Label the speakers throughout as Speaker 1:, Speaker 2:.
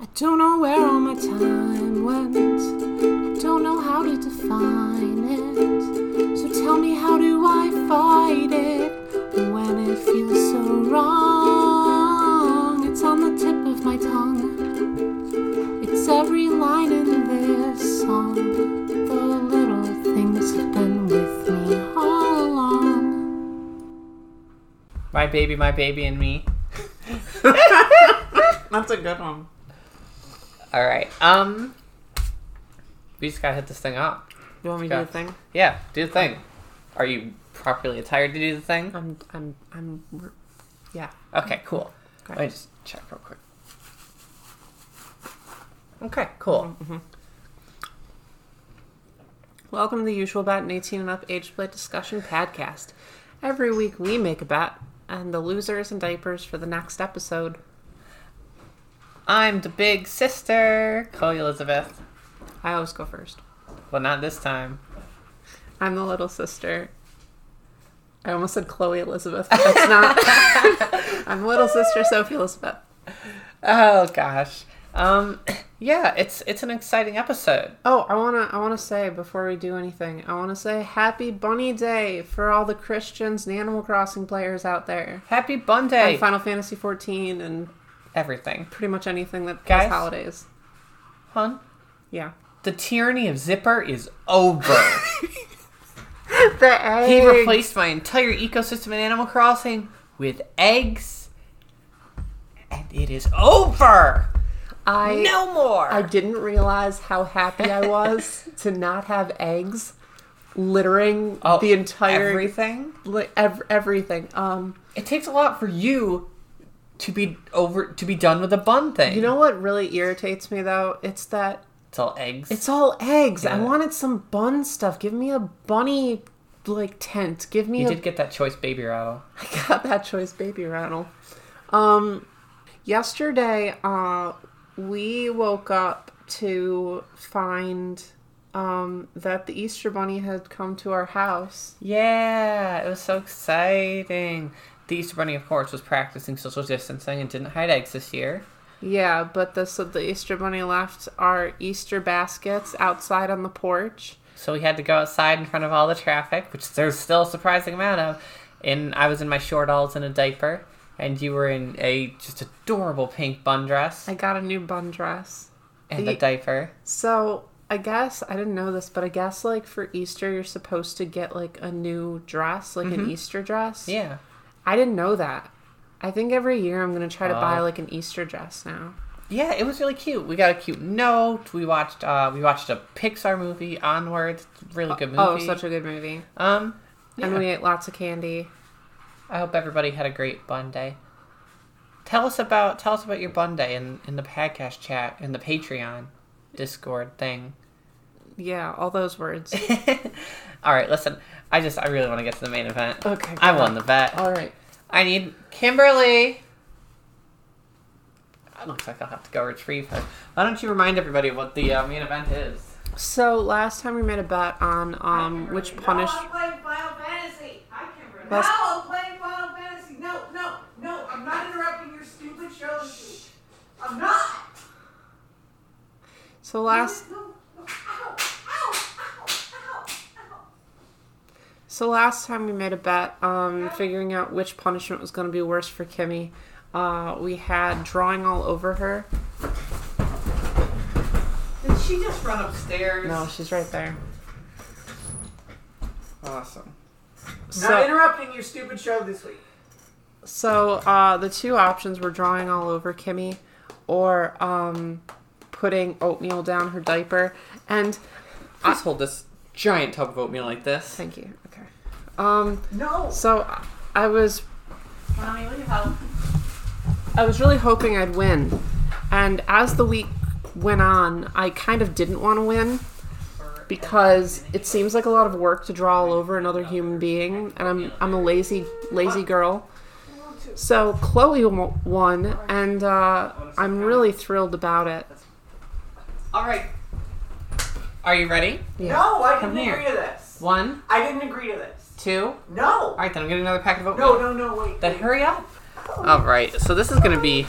Speaker 1: I don't know where all my time went. I don't know how to define it. So tell me, how do I fight it when it feels so wrong? It's on the tip of my tongue. It's every line in this song. The little things have been with me all along.
Speaker 2: My baby, my baby, and me.
Speaker 3: That's a good one.
Speaker 2: All right. Um, we just gotta hit this thing up.
Speaker 3: You want me to
Speaker 2: Yeah.
Speaker 3: do a thing?
Speaker 2: Yeah, do the thing. Are you properly attired to do the thing?
Speaker 3: I'm, I'm, I'm. Yeah.
Speaker 2: Okay, cool.
Speaker 3: Okay.
Speaker 2: Let me just check real quick. Okay, cool.
Speaker 3: Welcome to the usual bet and 18 and up age play discussion podcast. Every week we make a bet, and the loser is in diapers for the next episode.
Speaker 2: I'm the big sister, Chloe Elizabeth.
Speaker 3: I always go first.
Speaker 2: Well, not this time.
Speaker 3: I'm the little sister. I almost said Chloe Elizabeth, but that's not. I'm little sister Sophie Elizabeth.
Speaker 2: Oh gosh. Um, yeah, it's it's an exciting episode.
Speaker 3: Oh, I wanna I wanna say before we do anything, I wanna say Happy Bunny Day for all the Christians and Animal Crossing players out there.
Speaker 2: Happy Bun Day.
Speaker 3: And Final Fantasy 14 and
Speaker 2: Everything,
Speaker 3: pretty much anything that
Speaker 2: Guys?
Speaker 3: has holidays.
Speaker 2: hun.
Speaker 3: Yeah.
Speaker 2: The tyranny of Zipper is over.
Speaker 3: The egg.
Speaker 2: He replaced my entire ecosystem in Animal Crossing with eggs, and it is over.
Speaker 3: I
Speaker 2: no more.
Speaker 3: I didn't realize how happy I was to not have eggs littering
Speaker 2: Oh,
Speaker 3: the entire
Speaker 2: everything.
Speaker 3: li- ev- everything. Um
Speaker 2: It takes a lot for you to be over to be done with the bun thing.
Speaker 3: you know what really irritates me though? It's that
Speaker 2: it's all eggs.
Speaker 3: It's all eggs. I
Speaker 2: Yeah.
Speaker 3: wanted some bun stuff. Give me a bunny like tent. Give me
Speaker 2: you
Speaker 3: a
Speaker 2: did get that choice baby rattle.
Speaker 3: I got that choice baby rattle. Um yesterday uh we woke up to find um that the Easter bunny had come to our house.
Speaker 2: Yeah, it was so exciting. The Easter Bunny, of course, was practicing social distancing and didn't hide eggs this year.
Speaker 3: Yeah, but the so the Easter bunny left our Easter baskets outside on the porch.
Speaker 2: So we had to go outside in front of all the traffic, which there's still a surprising amount of. And I was in my short alls and a diaper, and you were in a just adorable pink bun dress
Speaker 3: I got a new bun dress.
Speaker 2: and a
Speaker 3: y-
Speaker 2: diaper.
Speaker 3: So I guess I didn't know this, but I guess like for Easter you're supposed to get like a new dress, like an Easter dress.
Speaker 2: Yeah.
Speaker 3: I didn't know that. I think every year I'm gonna try to buy
Speaker 2: Oh.
Speaker 3: like an Easter dress now.
Speaker 2: Yeah, it was really cute. We got a cute note. We watched uh we watched a Pixar movie, Onward. It's a really good movie.
Speaker 3: Oh, such a good movie.
Speaker 2: um
Speaker 3: And
Speaker 2: yeah.
Speaker 3: we ate lots of candy.
Speaker 2: I hope everybody had a great bun day. Tell us about tell us about your bun day in, in the podcast chat in the Patreon Discord thing.
Speaker 3: Yeah, all those words.
Speaker 2: All right, listen. I just I really want to get to the main event.
Speaker 3: Okay,
Speaker 2: I
Speaker 3: go
Speaker 2: won
Speaker 3: on.
Speaker 2: the bet.
Speaker 3: all right.
Speaker 2: I need Kimberly. It looks like I'll have to go retrieve her. Why don't you remind everybody what the uh, main event is?
Speaker 3: So last time we made a bet on um which punish
Speaker 4: No, I'm playing Final Fantasy. I can remember.
Speaker 3: Last-
Speaker 4: No, I'm playing Final Fantasy. No, no, no. I'm not interrupting your stupid show this week. I'm not.
Speaker 3: so last
Speaker 4: No, no. Ow, ow, ow, ow, ow.
Speaker 3: So last time we made a bet, um, figuring out which punishment was going to be worse for Kimmy. Uh, we had drawing all over her.
Speaker 2: Did she just run upstairs?
Speaker 3: No, she's right there.
Speaker 2: Awesome.
Speaker 4: not
Speaker 3: So,
Speaker 4: interrupting your stupid show this week.
Speaker 3: so uh, the two options were drawing all over Kimmy, or um, putting oatmeal down her diaper. And
Speaker 2: Please hold this giant tub of oatmeal like this.
Speaker 3: thank you. Okay. Um,
Speaker 4: No.
Speaker 3: so I- I was
Speaker 4: Mommy, will you help?
Speaker 3: I was really hoping I'd win. And as the week went on, I kind of didn't want to win because it seems like a lot of work to draw all over another human being, and I'm I'm a lazy lazy girl. So Chloe w- won, and uh, I'm really thrilled about it.
Speaker 2: All right. Are you ready?
Speaker 4: No, I
Speaker 2: Come
Speaker 4: didn't
Speaker 2: here.
Speaker 4: agree to this.
Speaker 2: One,
Speaker 4: I didn't agree to this.
Speaker 2: two. All
Speaker 4: No.
Speaker 2: right, then I'm getting another packet of oatmeal.
Speaker 4: No, no, no, wait.
Speaker 2: Then hurry up. All right, so this is gonna be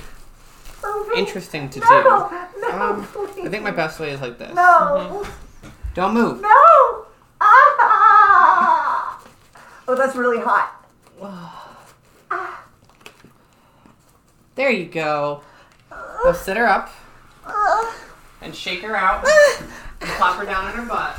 Speaker 2: interesting to
Speaker 4: Oh, No,
Speaker 2: do.
Speaker 4: no,
Speaker 2: Um,
Speaker 4: please.
Speaker 2: I think my Mm-hmm. best way is like this.
Speaker 4: No,
Speaker 2: Don't move.
Speaker 4: no. Ah! Oh, that's really hot.
Speaker 2: There you go. Now sit her up
Speaker 4: Uh,
Speaker 2: and shake her out and plop her down on her butt.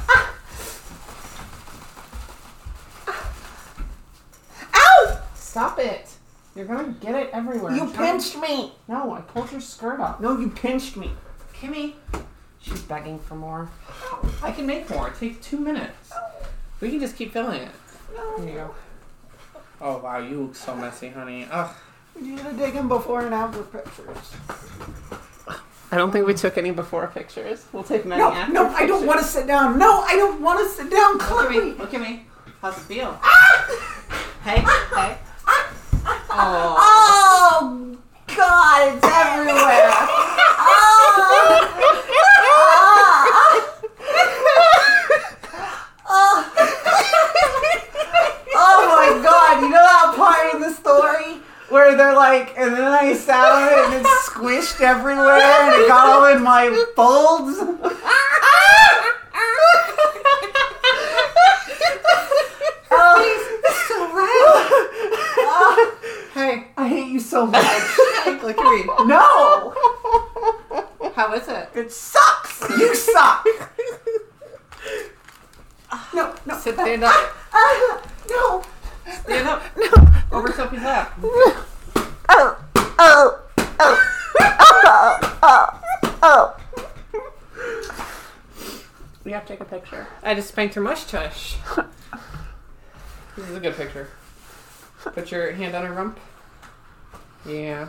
Speaker 4: Ow!
Speaker 3: Stop it. You're gonna get it everywhere.
Speaker 4: You
Speaker 3: I'm trying-
Speaker 4: pinched me.
Speaker 3: No, I pulled your skirt up.
Speaker 2: No, you pinched me.
Speaker 4: Kimmy,
Speaker 3: She's begging for more.
Speaker 2: I can make more. It takes two minutes. We can just keep filling it. There you go. Oh wow, you look so messy, honey. Ugh.
Speaker 5: We need to dig in before and after pictures.
Speaker 3: I don't think we took any before pictures. We'll take many
Speaker 5: No,
Speaker 3: after.
Speaker 5: no, I don't want to sit down. No, I don't want to sit down,
Speaker 2: Look at me.
Speaker 5: Chloe.
Speaker 2: Look at me. How's it feel?
Speaker 4: Ah!
Speaker 2: hey, hey. Oh.
Speaker 4: Oh God, it's everywhere. Oh.
Speaker 5: Oh my god, you know that part in the story where they're like, and then I sat on it and it squished everywhere and it got all in my folds? Oh.
Speaker 2: Hey.
Speaker 5: I hate you so much.
Speaker 2: Look at me.
Speaker 5: No!
Speaker 2: How is it?
Speaker 5: It sucks! You suck! No, no.
Speaker 2: Sit stand up.
Speaker 5: Ah, no.
Speaker 2: Stand up. Over Sophie's lap.
Speaker 3: We have to take a picture. I just spanked her mush tush.
Speaker 2: This is a good picture. Put your hand on her rump. Yeah.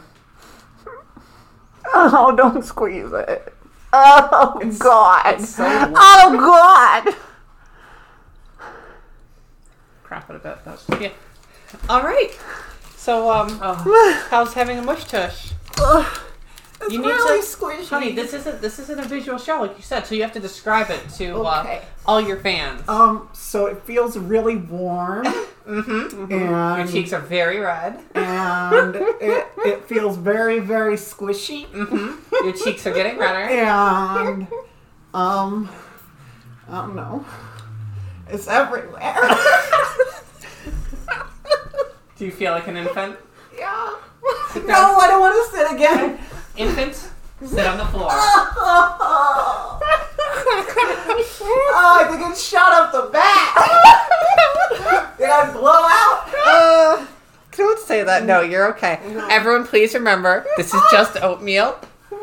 Speaker 5: Oh, don't squeeze it. Oh, God. oh, God.
Speaker 2: Crap it a bit. That's, yeah. All right. So um,
Speaker 5: Oh.
Speaker 2: how's having a mush tush?
Speaker 5: It's
Speaker 2: You need
Speaker 5: really
Speaker 2: to-
Speaker 5: squishy.
Speaker 2: Honey, this isn't this isn't a visual show like you said, so you have to describe it to uh,
Speaker 5: Okay.
Speaker 2: all your fans.
Speaker 5: Um, so it feels really warm.
Speaker 2: Mm-hmm. Your
Speaker 5: and
Speaker 2: cheeks are very red.
Speaker 5: and it, it feels very, very squishy. Mm-hmm.
Speaker 2: Your cheeks are getting redder.
Speaker 5: And, um, I don't know. It's everywhere.
Speaker 2: Do you feel like an infant?
Speaker 5: yeah. No, I don't want to sit again.
Speaker 2: Infant, sit on the floor.
Speaker 5: Oh, I think it shot up the back. Did I blow out?
Speaker 2: Uh, don't say that. No, you're okay. Everyone, please remember this is just oatmeal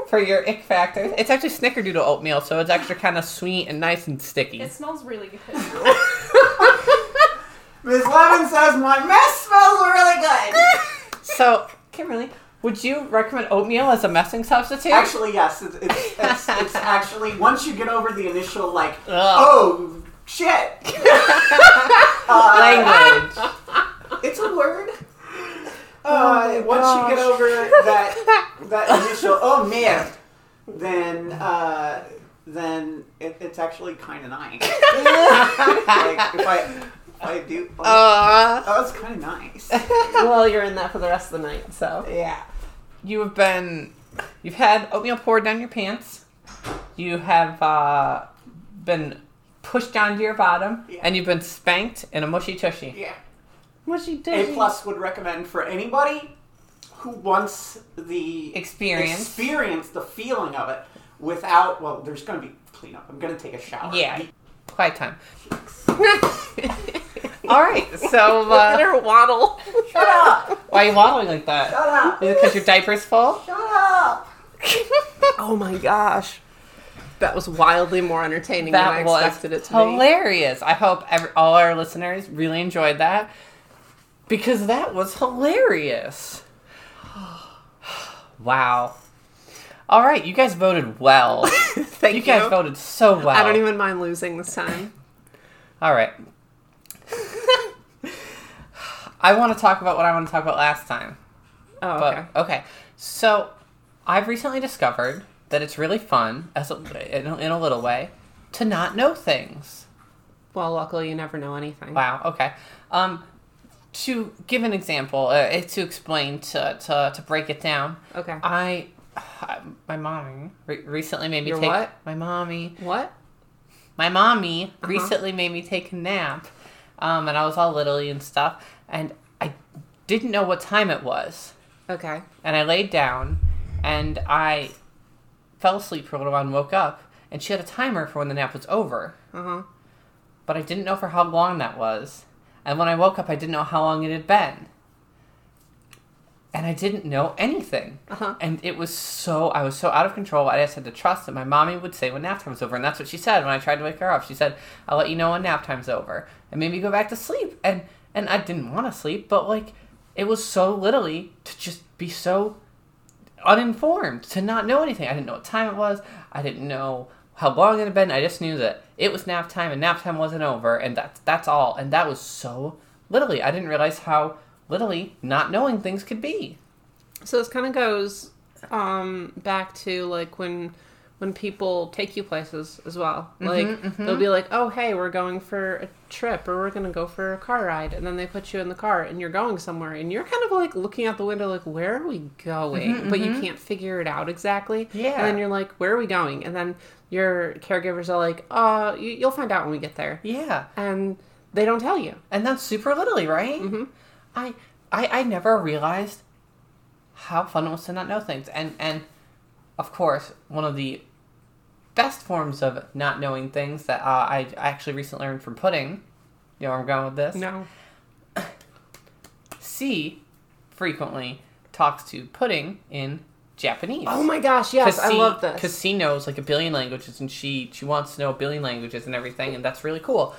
Speaker 2: for your ick factor. It's actually snickerdoodle oatmeal, so it's actually kind of sweet and nice and sticky.
Speaker 6: It smells really good.
Speaker 5: Miss Lemon says my mess smells really good.
Speaker 2: So, Kimberly, would you recommend oatmeal as a messing substitute?
Speaker 5: Actually, yes, it's, it's, it's, it's actually once you get over the initial like,
Speaker 2: Ugh.
Speaker 5: oh shit, uh,
Speaker 2: language.
Speaker 5: it's a word. Uh, once you get over that that initial oh man, then uh, then it, it's actually kind of nice. like if I if I do, like,
Speaker 2: Uh,
Speaker 5: oh, it's kind of nice.
Speaker 3: well, you're in that for the rest of the night, so.
Speaker 5: Yeah.
Speaker 2: you have been, you've had oatmeal poured down your pants. You have uh, been pushed down to your bottom,
Speaker 5: Yeah.
Speaker 2: and you've been spanked in a mushy tushy.
Speaker 5: Yeah.
Speaker 2: Mushy
Speaker 5: A
Speaker 2: tushy.
Speaker 5: plus would recommend for anybody who wants the
Speaker 2: Experience.
Speaker 5: experience the feeling of it without. Well, there's going to be cleanup. I'm going to take a shower.
Speaker 2: Yeah. Quiet time. All right. So uh,
Speaker 3: her waddle.
Speaker 5: Shut up!
Speaker 2: why are you waddling like that?
Speaker 5: Shut up!
Speaker 2: Is it because your diaper's full?
Speaker 5: Shut up!
Speaker 3: Oh my gosh. That was wildly more entertaining
Speaker 2: That
Speaker 3: than I
Speaker 2: was
Speaker 3: expected it to be.
Speaker 2: hilarious. I hope every, all our listeners really enjoyed that because that was hilarious. Wow. All right, you guys voted well.
Speaker 3: Thank
Speaker 2: you guys voted so well.
Speaker 3: I don't even mind losing this time.
Speaker 2: All right. I want to talk about what I want to talk about last time.
Speaker 3: Oh,
Speaker 2: But
Speaker 3: okay.
Speaker 2: okay. So I've recently discovered that it's really fun, as a, in, a, in a little way, to not know things.
Speaker 3: Well, luckily you never know anything.
Speaker 2: Wow. Okay. Um, eh, to give an example, uh, to explain, to, to, to break it down,
Speaker 3: Okay.
Speaker 2: I my mommy re- recently made me
Speaker 3: Your
Speaker 2: take
Speaker 3: what? Uh-huh.
Speaker 2: my mommy.
Speaker 3: What?
Speaker 2: My mommy recently made me take a nap, um, and I was all littly and stuff, and I didn't know what time it was,
Speaker 3: Okay.
Speaker 2: and I laid down, and I fell asleep for a little while and woke up, and she had a timer for when the nap was over,
Speaker 3: Uh huh.
Speaker 2: but I didn't know for how long that was, and when I woke up, I didn't know how long it had been. And I didn't know anything.
Speaker 3: Uh-huh.
Speaker 2: And it was so, I was so out of control. I just had to trust that my mommy would say when nap time was over. And that's what she said when I tried to wake her up. She said, I'll let you know when nap time's over. And made me go back to sleep. And, and I didn't want to sleep, but like, it was so literally to just be so uninformed, to not know anything. I didn't know what time it was. I didn't know how long it had been. I just knew that it was nap time and nap time wasn't over. And that's, that's all. And that was so literally. I didn't realize how literally not knowing things could be.
Speaker 3: So this kind of goes um, back to like when when people take you places as well. Like they'll be like, "Oh, hey, we're going for a trip, or we're gonna go for a car ride," and then they put you in the car and you're going somewhere, and you're kind of like looking out the window, like, "Where are we going?" But you can't figure it out exactly.
Speaker 2: Yeah.
Speaker 3: And then you're like, "Where are we going?" And then your caregivers are like, "Uh, you, you'll find out when we get there,"
Speaker 2: Yeah,
Speaker 3: and they don't tell you.
Speaker 2: and that's super literally, right? Mm-hmm. I, I I never realized how fun it was to not know things, and and of course one of the best forms of not knowing things that uh, I I actually recently learned from pudding. You know where I'm going with this?
Speaker 3: No.
Speaker 2: C frequently talks to pudding in Japanese.
Speaker 3: Oh my gosh! Yes, I
Speaker 2: Kasi-
Speaker 3: love this.
Speaker 2: Kasi knows like a billion languages, and she she wants to know a billion languages and everything, and that's really cool.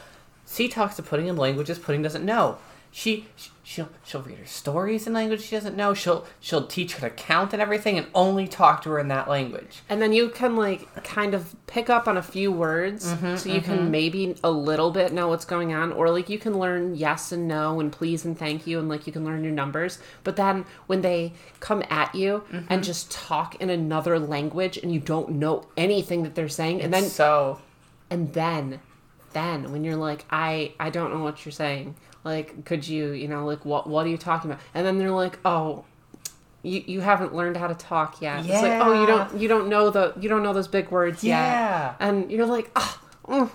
Speaker 2: C talks to Pudding in languages Pudding doesn't know. She, she she'll she'll read her stories in language she doesn't know. She'll she'll teach her to count and everything, and only talk to her in that language.
Speaker 3: And then you can like kind of pick up on a few words, so you can maybe a little bit know what's going on, or like you can learn yes and no and please and thank you, and like you can learn your numbers. But then when they come at you and just talk in another language and you don't know anything that they're saying, and then
Speaker 2: so
Speaker 3: and then then when you're like i i don't know what you're saying like could you you know like what what are you talking about and then they're like oh you, you haven't learned how to talk yet it's like oh you don't you don't know the you don't know those big words
Speaker 2: Yeah.
Speaker 3: yet and you're like oh mm,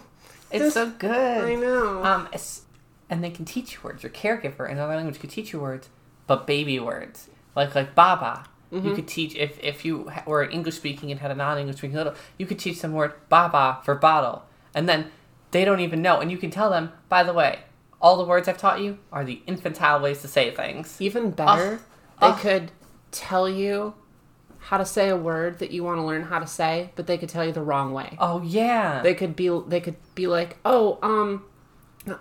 Speaker 2: it's
Speaker 3: This-
Speaker 2: so good.
Speaker 3: i know
Speaker 2: Um, it's, and they can teach you words. Your caregiver in another language could teach you words, but baby words like like baba. You could teach if if you ha- were English speaking and had a non English speaking little, you could teach them word baba for bottle, and then they don't even know, and you can tell them. By the way, all the words I've taught you are the infantile ways to say things.
Speaker 3: even better they
Speaker 2: ugh.
Speaker 3: could tell you how to say a word that you want to learn how to say but they could tell you the wrong way
Speaker 2: Oh yeah,
Speaker 3: they could be they could be like oh um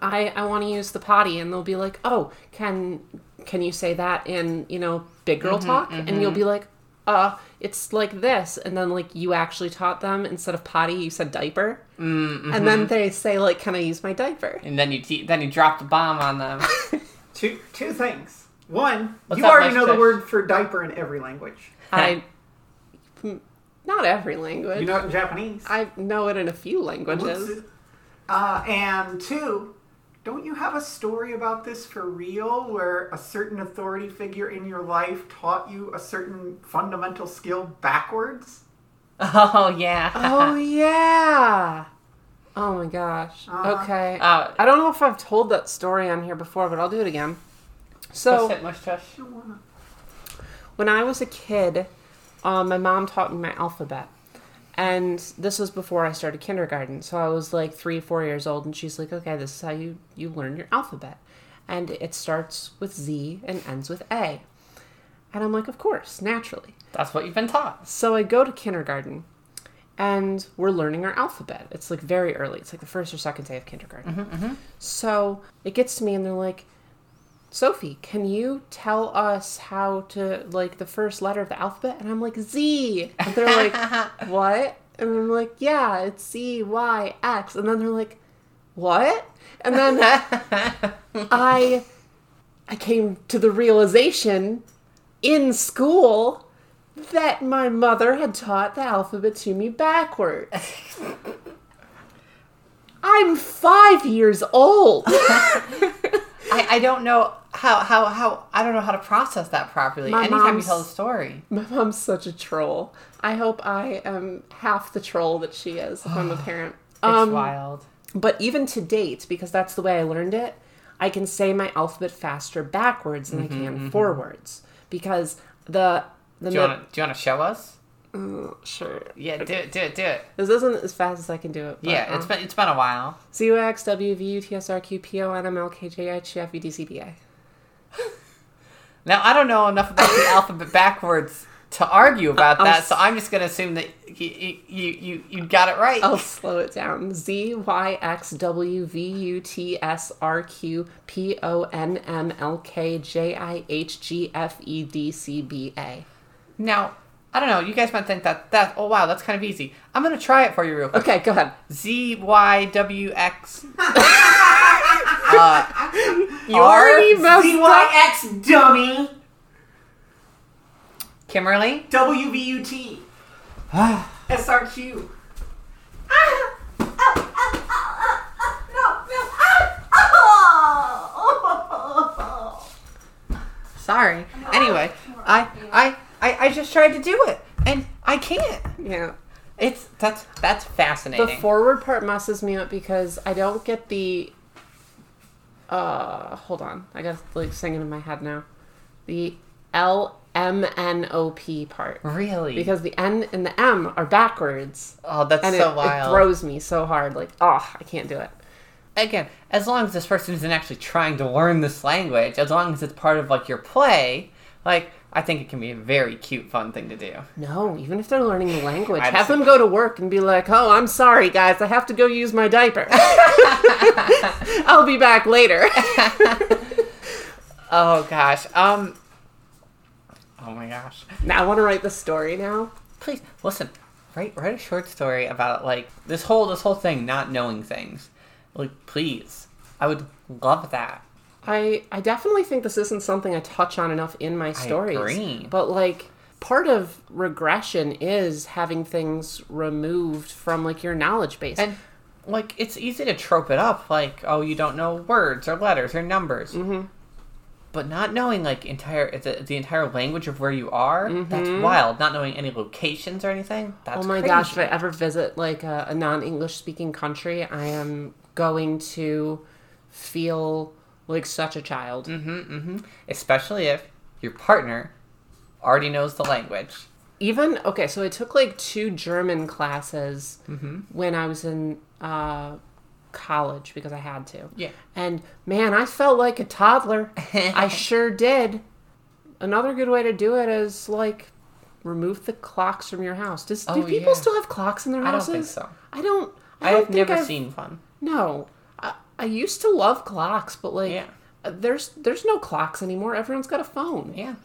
Speaker 3: i i want to use the potty and they'll be like oh can can you say that in you know big girl talk and you'll be like uh it's like this and then like you actually taught them instead of potty you said diaper and then they say like can i use my diaper
Speaker 2: and then you te- then you drop the bomb on them.
Speaker 5: Two two things. One,
Speaker 2: What's
Speaker 5: you
Speaker 2: up,
Speaker 5: already
Speaker 2: Mike
Speaker 5: know the
Speaker 2: Fish?
Speaker 5: word for diaper in every language.
Speaker 3: i m- not every language
Speaker 5: You know it in Japanese.
Speaker 3: i know it in a few languages
Speaker 5: Uh, and two, don't you have a story about this for real where a certain authority figure in your life taught you a certain fundamental skill backwards?
Speaker 2: oh yeah.
Speaker 3: oh yeah oh my gosh okay
Speaker 2: Uh,
Speaker 3: I don't know if I've told that story on here before, but I'll do it again.
Speaker 2: so,
Speaker 3: So when I was a kid, um, my mom taught me my alphabet, and this was before I started kindergarten. So I was like three, four years old, and she's like, "Okay, this is how you you learn your alphabet, and it starts with Z and ends with A." And I'm like, "Of course, naturally."
Speaker 2: that's what you've been taught.
Speaker 3: So I go to kindergarten and we're learning our alphabet. It's like very early. It's like the first or second day of kindergarten. So it gets to me and they're like, Sophie, can you tell us how to like the first letter of the alphabet? And I'm like, Z. And they're like, what? And I'm like, yeah, it's Z, Y, X. And then they're like, what? And then I I came to the realization in school that my mother had taught the alphabet to me backwards. I'm five years old.
Speaker 2: I, I don't know. how how how I don't know how to process that properly.
Speaker 3: My
Speaker 2: Anytime
Speaker 3: mom's-
Speaker 2: you tell a story,
Speaker 3: My mom's such a troll. I hope I am half the troll that she is if I'm a parent.
Speaker 2: it's
Speaker 3: Um,
Speaker 2: wild.
Speaker 3: But even to date, because that's the way I learned it, I can say my alphabet faster backwards than I can forwards because the the
Speaker 2: Mm-hmm, Do you want to do you want to show us?
Speaker 3: mi- sure
Speaker 2: Yeah, do it, do it, do it.
Speaker 3: this isn't as fast as I can do it. but,
Speaker 2: Yeah, it's
Speaker 3: um,
Speaker 2: been it's been a while.
Speaker 3: C O X W V U T S R Q P O N M L K J I H F U D C B I.
Speaker 2: Now I don't know enough about the alphabet backwards to argue about
Speaker 3: I'll
Speaker 2: that,
Speaker 3: s-
Speaker 2: so I'm just gonna assume that you you you, you got it right.
Speaker 3: I'll slow it down. Z Y X W V U T S R Q P O N M L K J I H G F E D C B A.
Speaker 2: Now I don't know. You guys might think that that oh wow that's kind of easy. I'm gonna try it for you real quick.
Speaker 3: Okay, go ahead.
Speaker 2: Z Y W X. Uh,
Speaker 3: You already messed up.
Speaker 5: DYX dummy
Speaker 2: Kimberly.
Speaker 5: WVUT SRQ.
Speaker 2: Sorry. Anyway, I I I I just tried to do it and I can't.
Speaker 3: Yeah.
Speaker 2: It's that's that's
Speaker 3: The
Speaker 2: fascinating.
Speaker 3: forward part messes me up because I don't get the. Uh, hold on. I got like singing in my head now. The L M N O P part
Speaker 2: really?
Speaker 3: because the N and the M are backwards,
Speaker 2: oh, that's
Speaker 3: and
Speaker 2: so
Speaker 3: it, it
Speaker 2: wild.
Speaker 3: throws me so hard. Like, oh, I can't do it.
Speaker 2: Again, as long as this person isn't actually trying to learn this language, as long as it's part of like your play, like I think it can be a very cute, fun thing to do.
Speaker 3: No, even if they're learning the language,
Speaker 2: I
Speaker 3: have
Speaker 2: just-
Speaker 3: them go to work and be like, "Oh, I'm sorry, guys. I have to go use my diaper. I'll be back later."
Speaker 2: Oh gosh. Um. Oh my gosh.
Speaker 3: now I want to write the story now.
Speaker 2: please listen write write a short story about like this whole this whole thing not knowing things like please i would love that
Speaker 3: I I definitely think this isn't something I touch on enough in my stories.
Speaker 2: agree.
Speaker 3: But like part of regression is having things removed from like your knowledge base.
Speaker 2: and like it's easy to trope it up like oh you don't know words or letters or numbers mm-hmm. but not knowing like entire the, the entire language of where you are that's wild not knowing any locations or anything that's
Speaker 3: Mm-hmm. oh my
Speaker 2: crazy.
Speaker 3: gosh, if I ever visit like a, a non-English speaking country, I am going to feel like such a child.
Speaker 2: Mm-hmm, especially if your partner already knows the language
Speaker 3: even okay so i took like two german classes
Speaker 2: Mm-hmm.
Speaker 3: when i was in uh, college because i had to
Speaker 2: Yeah.
Speaker 3: and man i felt like a toddler i sure did another good way to do it is like remove the clocks from your house Does, do
Speaker 2: Oh,
Speaker 3: people
Speaker 2: yeah.
Speaker 3: still have clocks in their
Speaker 2: I don't
Speaker 3: houses
Speaker 2: think so.
Speaker 3: i don't i,
Speaker 2: i
Speaker 3: don't
Speaker 2: have
Speaker 3: think
Speaker 2: never
Speaker 3: I've-
Speaker 2: seen one
Speaker 3: no I, I used to love clocks but like
Speaker 2: Yeah.
Speaker 3: uh, there's there's no clocks anymore everyone's got a phone
Speaker 2: yeah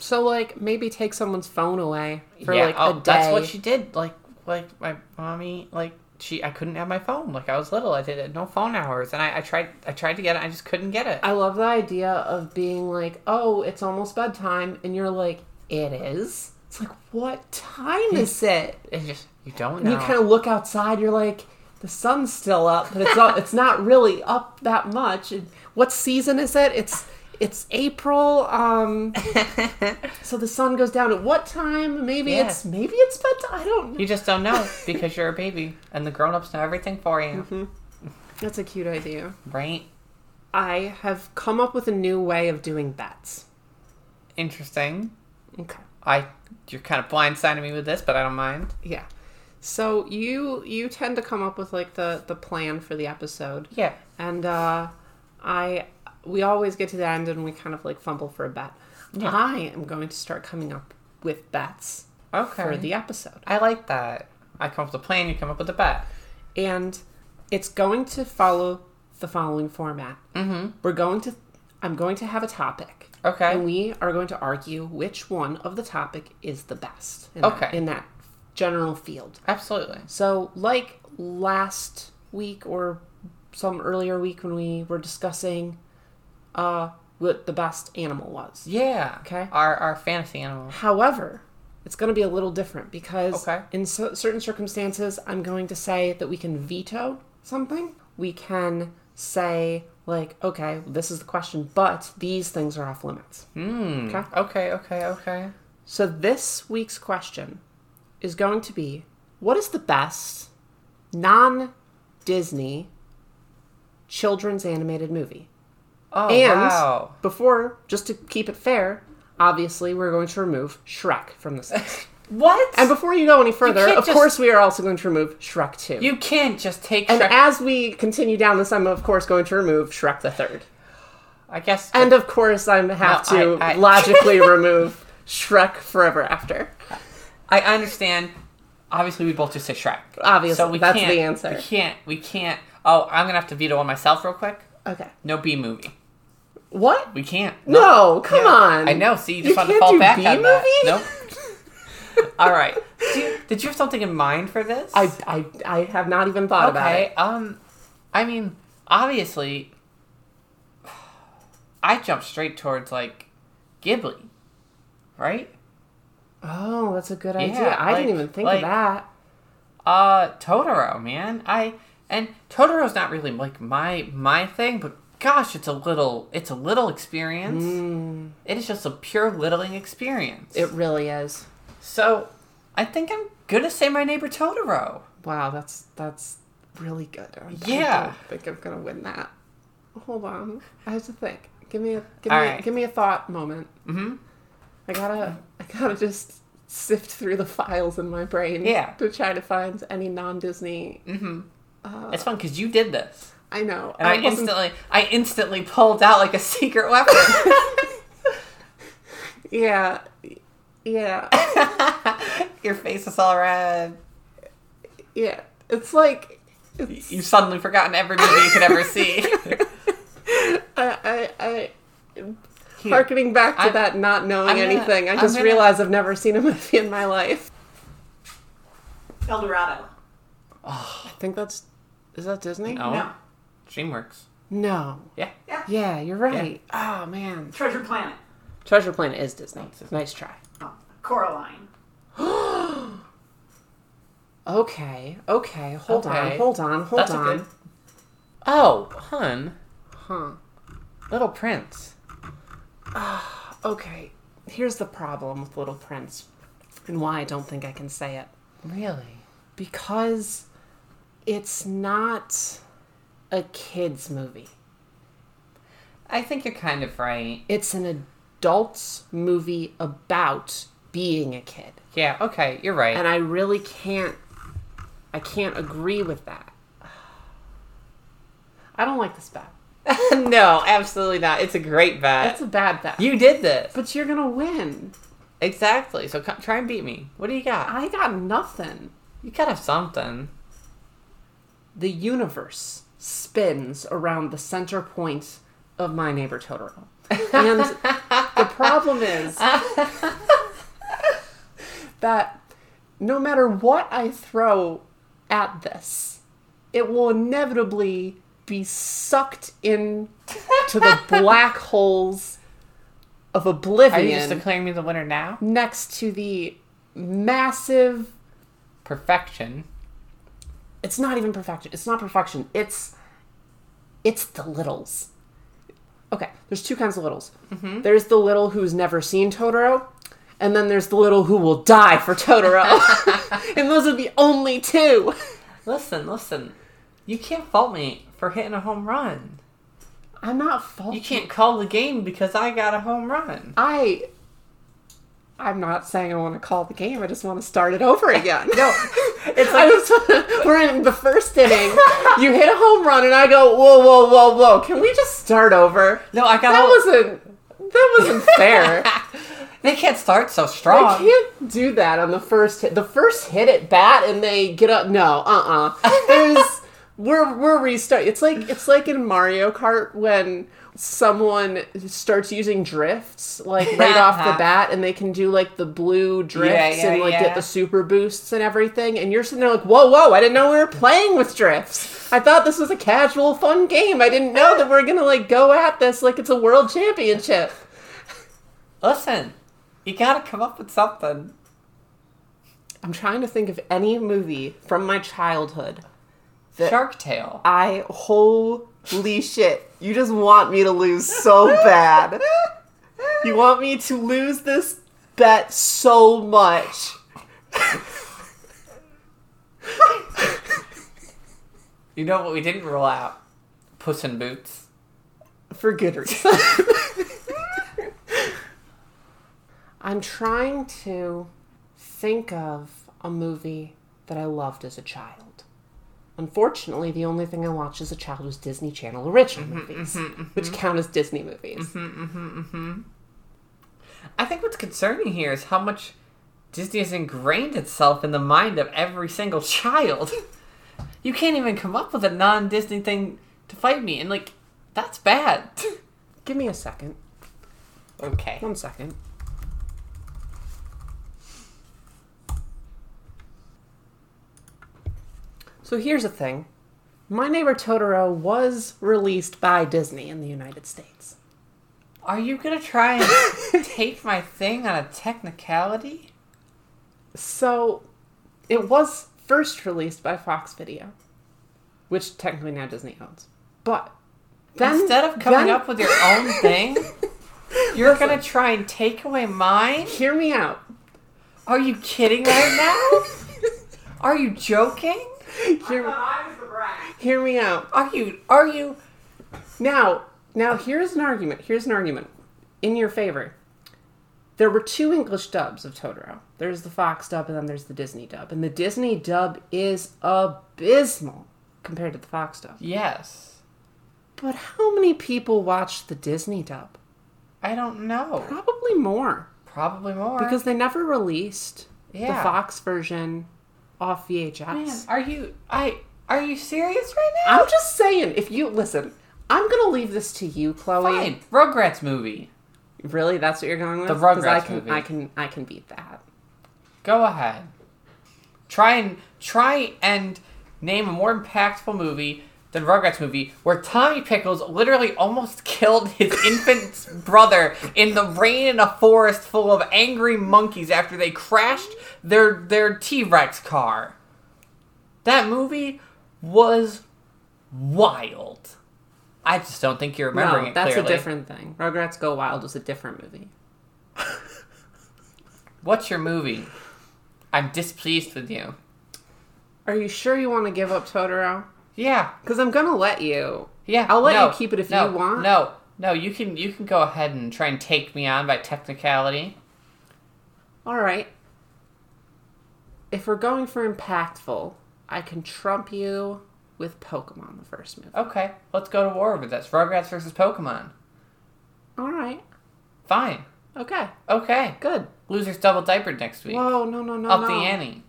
Speaker 3: so like maybe take someone's phone away for like a day.
Speaker 2: oh, That's what she did. Like like my mommy like she I couldn't have my phone. Like I was little, I did it no phone hours, and I, I tried I tried to get it, I just couldn't get it.
Speaker 3: I love the idea of being like, oh, it's almost bedtime, and you're like, it is. It's like, what time is it?
Speaker 2: It's just you don't
Speaker 3: And
Speaker 2: know.
Speaker 3: you kind of look outside, you're like, the sun's still up, but it's not, it's not really up that much. And what season is it? It's it's April. Um, so the sun goes down at what time? Maybe
Speaker 2: Yeah.
Speaker 3: it's maybe it's bedtime. I don't. know.
Speaker 2: you just don't know because you're a baby, and the grown ups know everything for you,
Speaker 3: Mm-hmm. That's a cute idea.
Speaker 2: right?
Speaker 3: I have come up with a new way of doing bets.
Speaker 2: Interesting.
Speaker 3: Okay.
Speaker 2: I you're kind of blindsiding me with this, but I don't mind.
Speaker 3: Yeah. So you you tend to come up with like the the plan for the episode.
Speaker 2: Yeah.
Speaker 3: And uh I we always get to the end and we kind of like fumble for a bet. I am going to start coming up with bets
Speaker 2: Okay.
Speaker 3: for the episode.
Speaker 2: I like that. I come up with a plan. You come up with a bet.
Speaker 3: And it's going to follow the following format. Mm-hmm. We're going to I'm going to have a topic.
Speaker 2: Okay.
Speaker 3: And we are going to argue which one of the topic is the best. in that-
Speaker 2: Okay.
Speaker 3: in that general field.
Speaker 2: Absolutely.
Speaker 3: So, like last week or some earlier week when we were discussing uh, what the best animal was.
Speaker 2: Yeah.
Speaker 3: Okay.
Speaker 2: Our our fantasy animal.
Speaker 3: However, it's going to be a little different because
Speaker 2: Okay.
Speaker 3: in so- certain circumstances, I'm going to say that we can veto something, we can say like, okay, this is the question, but these things are off limits.
Speaker 2: Hmm.
Speaker 3: Okay.
Speaker 2: Okay. Okay. Okay.
Speaker 3: So this week's question is going to be what is the best non Disney children's animated movie?
Speaker 2: Oh
Speaker 3: and
Speaker 2: wow.
Speaker 3: before, just to keep it fair, obviously we're going to remove Shrek from this. list.
Speaker 2: What?
Speaker 3: and before you go any further,
Speaker 2: can't
Speaker 3: of
Speaker 2: just-
Speaker 3: course we are also going to remove Shrek 2.
Speaker 2: you can't just take.
Speaker 3: and
Speaker 2: Shrek-
Speaker 3: as we continue down this, I'm of course going to remove Shrek the Third.
Speaker 2: I guess.
Speaker 3: And of course, I have
Speaker 2: No,
Speaker 3: to
Speaker 2: I- I-
Speaker 3: logically remove Shrek Forever After.
Speaker 2: I I understand. Obviously, we both just say Shrek.
Speaker 3: Obviously,
Speaker 2: so we
Speaker 3: that's
Speaker 2: can't,
Speaker 3: the answer.
Speaker 2: We can't. We can't. Oh, I'm gonna have to veto on myself real quick.
Speaker 3: Okay.
Speaker 2: No B movie.
Speaker 3: What?
Speaker 2: We can't.
Speaker 3: No, Oh, come
Speaker 2: Yeah.
Speaker 3: on.
Speaker 2: I know. See, you just
Speaker 3: You
Speaker 2: wanted to
Speaker 3: can't
Speaker 2: fall
Speaker 3: do
Speaker 2: back
Speaker 3: B
Speaker 2: on that.
Speaker 3: movie?
Speaker 2: Nope. All right. Do you, did you have something in mind for this?
Speaker 3: I, I, I have not even thought about
Speaker 2: okay.
Speaker 3: it.
Speaker 2: Um, I mean, obviously, I jumped straight towards like Ghibli, right?
Speaker 3: Oh, that's a good
Speaker 2: Yeah,
Speaker 3: idea. I
Speaker 2: like-
Speaker 3: didn't even think
Speaker 2: like-
Speaker 3: of that.
Speaker 2: Uh, Totoro, man. I and Totoro's not really like my my thing, but gosh, it's a little it's a little experience. It is just a pure littling experience.
Speaker 3: Hmm. It really is.
Speaker 2: so, I think I'm gonna say my neighbor Totoro.
Speaker 3: Wow, that's that's really good. I- I
Speaker 2: Yeah.
Speaker 3: don't think I'm gonna win that. Hold on, I have to think. Give me a give
Speaker 2: All
Speaker 3: me
Speaker 2: right.
Speaker 3: a, give me a thought moment.
Speaker 2: Mhm.
Speaker 3: I gotta I gotta just sift through the files in my brain.
Speaker 2: Yeah.
Speaker 3: To try to find any non-Disney.
Speaker 2: it's fun because you did this,
Speaker 3: I know.
Speaker 2: and I,
Speaker 3: wasn't-
Speaker 2: instantly I instantly pulled out like a secret weapon.
Speaker 3: Yeah. Yeah.
Speaker 2: Your face is all red.
Speaker 3: Yeah. It's like it's,
Speaker 2: You've suddenly forgotten every movie you could ever see.
Speaker 3: I I. I
Speaker 2: Here.
Speaker 3: Harkening back to
Speaker 2: I'm-
Speaker 3: that not knowing
Speaker 2: I'm gonna-
Speaker 3: anything, I
Speaker 2: I'm
Speaker 3: just
Speaker 2: gonna-
Speaker 3: realized I've never seen a movie in my life.
Speaker 5: El Dorado.
Speaker 3: I think that's is that Disney?
Speaker 2: No,
Speaker 5: No.
Speaker 2: Oh, DreamWorks.
Speaker 3: No.
Speaker 2: Yeah.
Speaker 3: Yeah, you're right. Oh man.
Speaker 5: Treasure Planet.
Speaker 3: Treasure Planet is Disney. Nice try.
Speaker 5: Oh, Coraline.
Speaker 3: Okay. Okay. Hold on.
Speaker 2: Okay.
Speaker 3: Hold on. Hold
Speaker 2: That's a
Speaker 3: on.
Speaker 2: good. Oh, hun,
Speaker 3: Huh.
Speaker 2: Little Prince.
Speaker 3: Okay. Here's the problem with Little Prince and why I don't think I can say it.
Speaker 2: Really?
Speaker 3: Because it's not a kids movie.
Speaker 2: I think you're kind of right.
Speaker 3: It's an adults movie about being a kid.
Speaker 2: Yeah, okay, you're right.
Speaker 3: And I really can't I can't agree with that. I don't like this bet.
Speaker 2: no, absolutely not. It's a great bet.
Speaker 3: That's a bad bet.
Speaker 2: you did this.
Speaker 3: But you're gonna win.
Speaker 2: Exactly. So co- try and beat me. What do you got?
Speaker 3: I got nothing.
Speaker 2: You gotta have something.
Speaker 3: The universe spins around the center point of my neighbor Totoro. And the problem is that no matter what I throw at this, it will inevitably be sucked in to the black holes of
Speaker 2: Are
Speaker 3: oblivion
Speaker 2: you just declaring me the winner now?
Speaker 3: next to the massive
Speaker 2: Perfection.
Speaker 3: it's not even perfection. It's not perfection. It's it's the littles. Okay, there's two kinds of littles.
Speaker 2: Mm-hmm.
Speaker 3: There's the little who's never seen Totoro, and then there's the little who will die for Totoro. and those are the only two.
Speaker 2: Listen, listen. You can't fault me for hitting a home run.
Speaker 3: I'm not faulting.
Speaker 2: You can't call the game because I got a home run.
Speaker 3: I I'm not saying I want to call the game. I just want to start it over again.
Speaker 2: No,
Speaker 3: It's like we're in the first inning. you hit a home run, and I go, whoa, whoa, whoa, whoa. Can we just start over?
Speaker 2: No, I got
Speaker 3: that
Speaker 2: a-
Speaker 3: wasn't that wasn't fair.
Speaker 2: They can't start so
Speaker 3: I
Speaker 2: strong.
Speaker 3: can't do that on the first hit. The first hit at bat, and they get up. No, uh, uh There's we're we're restart. It's like it's like in Mario Kart when someone starts using drifts like right off the bat, and they can do like the blue drifts
Speaker 2: Yeah, yeah,
Speaker 3: and like
Speaker 2: yeah.
Speaker 3: get the super boosts and everything. And you're sitting there like, whoa, whoa! I didn't know we were playing with drifts. I thought this was a casual, fun game. I didn't know that we're gonna like go at this like it's a world championship.
Speaker 2: Listen, you gotta come up with something.
Speaker 3: I'm trying to think of any movie from my childhood that
Speaker 2: Shark Tale.
Speaker 3: I whole
Speaker 6: Holy shit. You just want me to lose so bad. You want me to lose this bet so much.
Speaker 2: You know what we didn't rule out? Puss in Boots.
Speaker 6: For good reason.
Speaker 3: I'm trying to think of a movie that I loved as a child. Unfortunately, the only thing I watched as a child was Disney Channel original movies, which count as Disney movies.
Speaker 6: Mm-hmm.
Speaker 2: I think what's concerning here is how much Disney has ingrained itself in the mind of every single child. You can't even come up with a non Disney thing to fight me, and like, that's bad.
Speaker 3: Give me a second.
Speaker 2: okay.
Speaker 3: One second. So here's the thing. My Neighbor Totoro was released by Disney in the United States.
Speaker 2: Are you gonna try and take my thing on a technicality?
Speaker 3: So it was first released by Fox Video, which technically now Disney owns. But then
Speaker 2: Instead of coming
Speaker 3: then-
Speaker 2: up with your own thing, you're gonna try and take away mine?
Speaker 3: hear me out.
Speaker 2: Are you kidding right now? Are you joking?
Speaker 3: Hear,
Speaker 4: I was the brat.
Speaker 3: hear me out.
Speaker 2: Are you are you
Speaker 3: Now, now here's an argument. Here's an argument in your favor. There were two English dubs of Totoro. There's the Fox dub and then there's the Disney dub. And the Disney dub is abysmal compared to the Fox dub.
Speaker 2: Yes.
Speaker 3: But how many people watched the Disney dub?
Speaker 2: I don't know.
Speaker 3: Probably more
Speaker 2: Probably more.
Speaker 3: because they never released the
Speaker 2: Yeah.
Speaker 3: Fox version off VHS.
Speaker 2: Man, are you I are you serious right now?
Speaker 3: I'm just saying, if you listen, I'm gonna leave this to you, Chloe.
Speaker 2: Fine. Rugrats movie.
Speaker 3: Really, that's what you're going with?
Speaker 2: The
Speaker 3: 'Cause I
Speaker 2: Rugrats
Speaker 3: can,
Speaker 2: movie.
Speaker 3: I can, I can beat that.
Speaker 2: Go ahead. Try and try and name a more impactful movie than Rugrats movie where Tommy Pickles literally almost killed his infant brother in the rain in a forest full of angry monkeys after they crashed their their T-Rex car. That movie was wild. I just don't think you're remembering
Speaker 3: no,
Speaker 2: it
Speaker 3: that's
Speaker 2: clearly.
Speaker 3: a different thing. Rugrats Go Wild was a different movie.
Speaker 2: What's your movie? I'm displeased with you.
Speaker 3: Are you sure you want to give up Totoro?
Speaker 2: Yeah,
Speaker 3: Because I'm gonna let you.
Speaker 2: Yeah,
Speaker 3: I'll let
Speaker 2: no,
Speaker 3: you keep it if
Speaker 2: no,
Speaker 3: you want.
Speaker 2: No, no, you can you can go ahead and try and take me on by technicality.
Speaker 3: All right. If we're going for impactful, I can trump you with Pokemon, the first movie.
Speaker 2: Okay, let's go to war with this. Rugrats versus Pokemon.
Speaker 3: All right.
Speaker 2: Fine.
Speaker 3: Okay.
Speaker 2: Okay.
Speaker 3: Good.
Speaker 2: Losers double diapered next week.
Speaker 3: Whoa! No! No! No!
Speaker 2: Up
Speaker 3: no.
Speaker 2: the ante.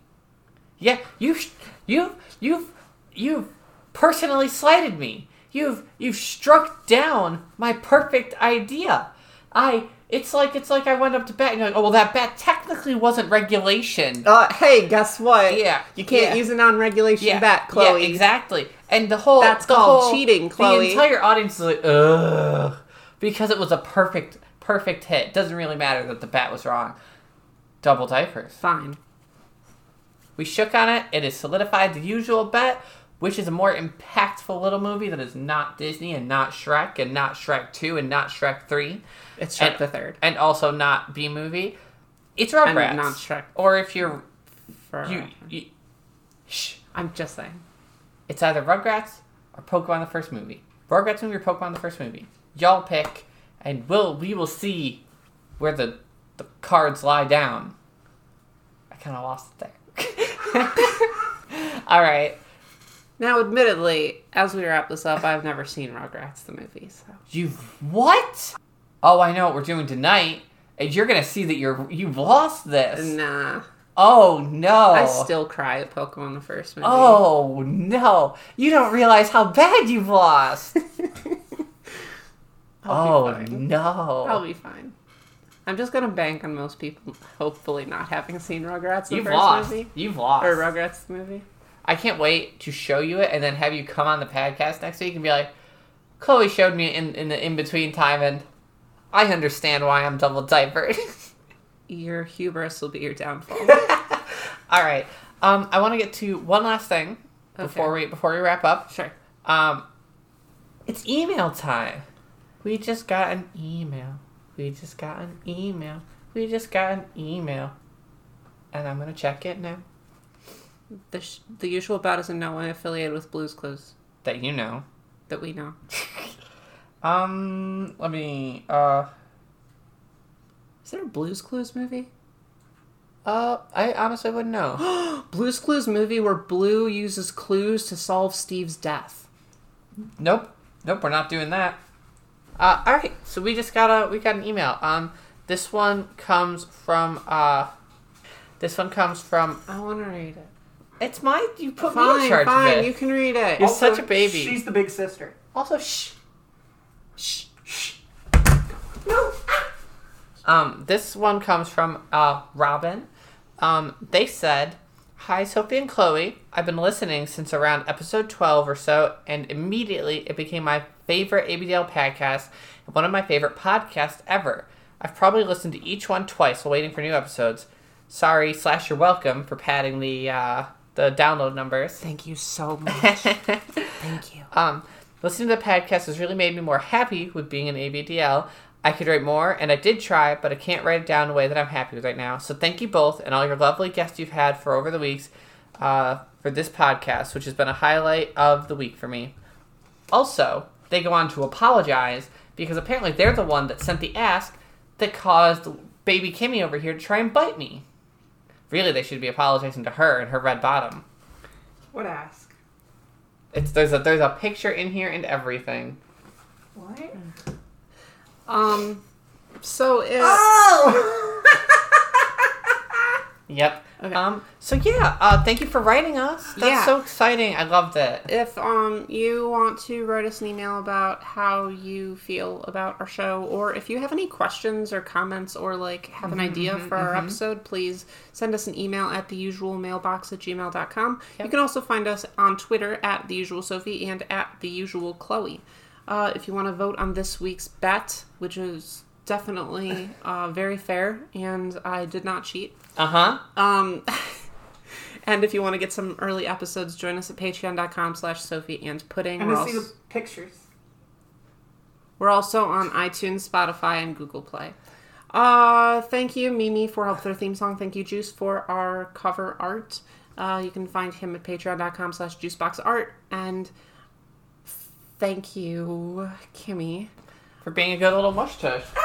Speaker 2: Yeah, you sh- you you've you've personally slighted me. You've you've struck down my perfect idea. I it's like it's like I went up to bat and you're like, oh well that bat technically wasn't regulation.
Speaker 6: Uh, hey, guess what?
Speaker 2: Yeah,
Speaker 6: You can't
Speaker 2: yeah.
Speaker 6: use a non-regulation bet, Chloe.
Speaker 2: Yeah, exactly. And the whole
Speaker 6: That's
Speaker 2: the
Speaker 6: called
Speaker 2: whole-
Speaker 6: cheating, Chloe.
Speaker 2: The entire audience is like, ugh, because it was a perfect, perfect hit. Doesn't really matter that the bat was wrong. Double diapers.
Speaker 3: Fine.
Speaker 2: We shook on it. It is solidified the usual bet, which is a more impactful little movie that is not Disney and not Shrek and not Shrek Two and not Shrek Three
Speaker 3: It's Shrek
Speaker 2: And-
Speaker 3: the Third.
Speaker 2: and also not B movie. It's Rugrats.
Speaker 3: And not Shrek.
Speaker 2: Or if you're
Speaker 3: For,
Speaker 2: you, you shh.
Speaker 3: I'm just saying.
Speaker 2: It's either Rugrats or Pokemon the first movie. Rugrats movie or Pokemon the first movie. Y'all pick, and we'll we will see where the the cards lie down. I kind of lost it there. All right,
Speaker 3: Now, admittedly, as we wrap this up, I've never seen Rugrats the movie, so
Speaker 2: you what? Oh, I know what we're doing tonight. And you're gonna see that you're you've lost this.
Speaker 3: nah.
Speaker 2: Oh no!
Speaker 3: uh, I still cry at Pokemon the first movie.
Speaker 2: Oh no! You don't realize how bad you've lost. oh
Speaker 3: fine.
Speaker 2: no!
Speaker 3: I'll be fine. I'm just gonna bank on most people hopefully not having seen Rugrats the
Speaker 2: You've
Speaker 3: first
Speaker 2: lost.
Speaker 3: movie
Speaker 2: You've lost.
Speaker 3: or Rugrats the movie.
Speaker 2: I can't wait to show you it and then have you come on the podcast next week and be like, Chloe showed me in, in the in between time and I understand why I'm double diapered.
Speaker 3: Your hubris will be your downfall.
Speaker 2: All right. Um, I want to get to one last thing before we before we wrap up.
Speaker 3: sure.
Speaker 2: Um, It's email time. We just got an email. We just got an email. We just got an email. And I'm gonna check it now.
Speaker 3: The, sh- the usual about is in no way affiliated with Blues Clues
Speaker 2: That you know.
Speaker 3: that we know.
Speaker 2: Um, let me. Uh,
Speaker 3: Is there a Blues Clues movie?
Speaker 2: uh, I honestly wouldn't know.
Speaker 3: Blues Clues movie where Blue uses clues to solve Steve's death.
Speaker 2: nope, nope, we're not doing that. Uh, all right. So we just got a we got an email. Um, this one comes from uh, this one comes from
Speaker 3: I want to read it.
Speaker 2: it's my you put me in
Speaker 3: Fine,
Speaker 2: charge of
Speaker 3: fine,
Speaker 2: it.
Speaker 3: you can read it.
Speaker 2: You're such a baby.
Speaker 5: She's the big sister.
Speaker 2: Also, shh. Shh.
Speaker 5: Shh.
Speaker 2: Um, this one comes from uh, Robin. Um, they said, Hi, Sophie and Chloe. I've been listening since around episode 12 or so, and immediately it became my favorite ABDL podcast and one of my favorite podcasts ever. I've probably listened to each one twice while waiting for new episodes. Sorry, slash, you're welcome for padding the, uh, the download numbers.
Speaker 3: Thank you so much. Thank you.
Speaker 2: Um, listening to the podcast has really made me more happy with being an ABDL. I could write more, and I did try, but I can't write it down in a way that I'm happy with right now. So thank you both and all your lovely guests you've had for over the weeks uh, for this podcast, which has been a highlight of the week for me. Also, they go on to apologize because apparently they're the one that sent the ask that caused baby Kimmy over here to try and bite me. Really, they should be apologizing to her and her red bottom.
Speaker 3: What ask?
Speaker 2: It's there's a there's a picture in here and everything.
Speaker 3: What? Um, so it.
Speaker 2: Yep.
Speaker 3: Okay.
Speaker 2: Um. So yeah. Uh. Thank you for writing us. That's
Speaker 3: Yeah.
Speaker 2: so exciting. I loved it.
Speaker 3: if um you want to write us an email about how you feel about our show or if you have any questions or comments or like have an idea for our episode please send us an email at the usual mailbox at gmail.com you can also find us on twitter at the usual sophie and at the usual chloe uh, if you want to vote on this week's bet which is definitely uh, very fair and i did not cheat
Speaker 2: Uh huh.
Speaker 3: um, and if you want to get some early episodes, join us at patreon.com slash Sophie and Pudding.
Speaker 5: And
Speaker 3: We're,
Speaker 5: I see
Speaker 3: also,
Speaker 5: the pictures.
Speaker 3: we're also on iTunes, Spotify, and Google Play. Uh, thank you, Mimi, for help with our theme song. Thank you, Juice, for our cover art. Uh, you can find him at patreon.com slash juiceboxart. And thank you, Kimmy,
Speaker 2: For being a good little mush tush.
Speaker 3: Ah,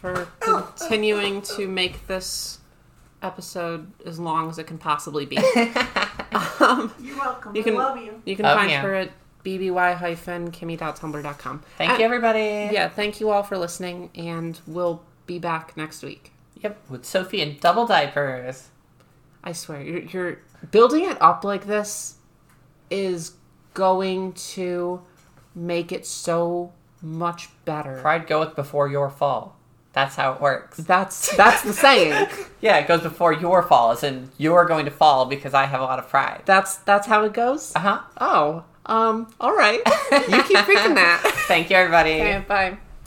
Speaker 3: for continuing to make this episode as long as it can possibly be. um,
Speaker 5: You're welcome.
Speaker 3: You can-
Speaker 5: I love you.
Speaker 3: You can
Speaker 2: Oh,
Speaker 3: find
Speaker 2: yeah.
Speaker 3: her at bby-kimmy.tumblr.com.
Speaker 2: Thank you, everybody.
Speaker 3: Uh, ah. Yeah, thank you all for listening, and we'll be back next week.
Speaker 2: Yep. With Sophie and double diapers.
Speaker 3: I swear, you're, you're building it up like this is going to make it so much better.
Speaker 2: Pride goeth before your fall. That's how it works.
Speaker 3: That's that's the saying.
Speaker 2: Yeah, it goes before your fall, as in you're going to fall because I have a lot of pride.
Speaker 3: That's that's how it goes.
Speaker 2: Uh huh.
Speaker 3: Oh, um, all right. You keep freaking that.
Speaker 2: Thank you, everybody.
Speaker 3: Okay, bye.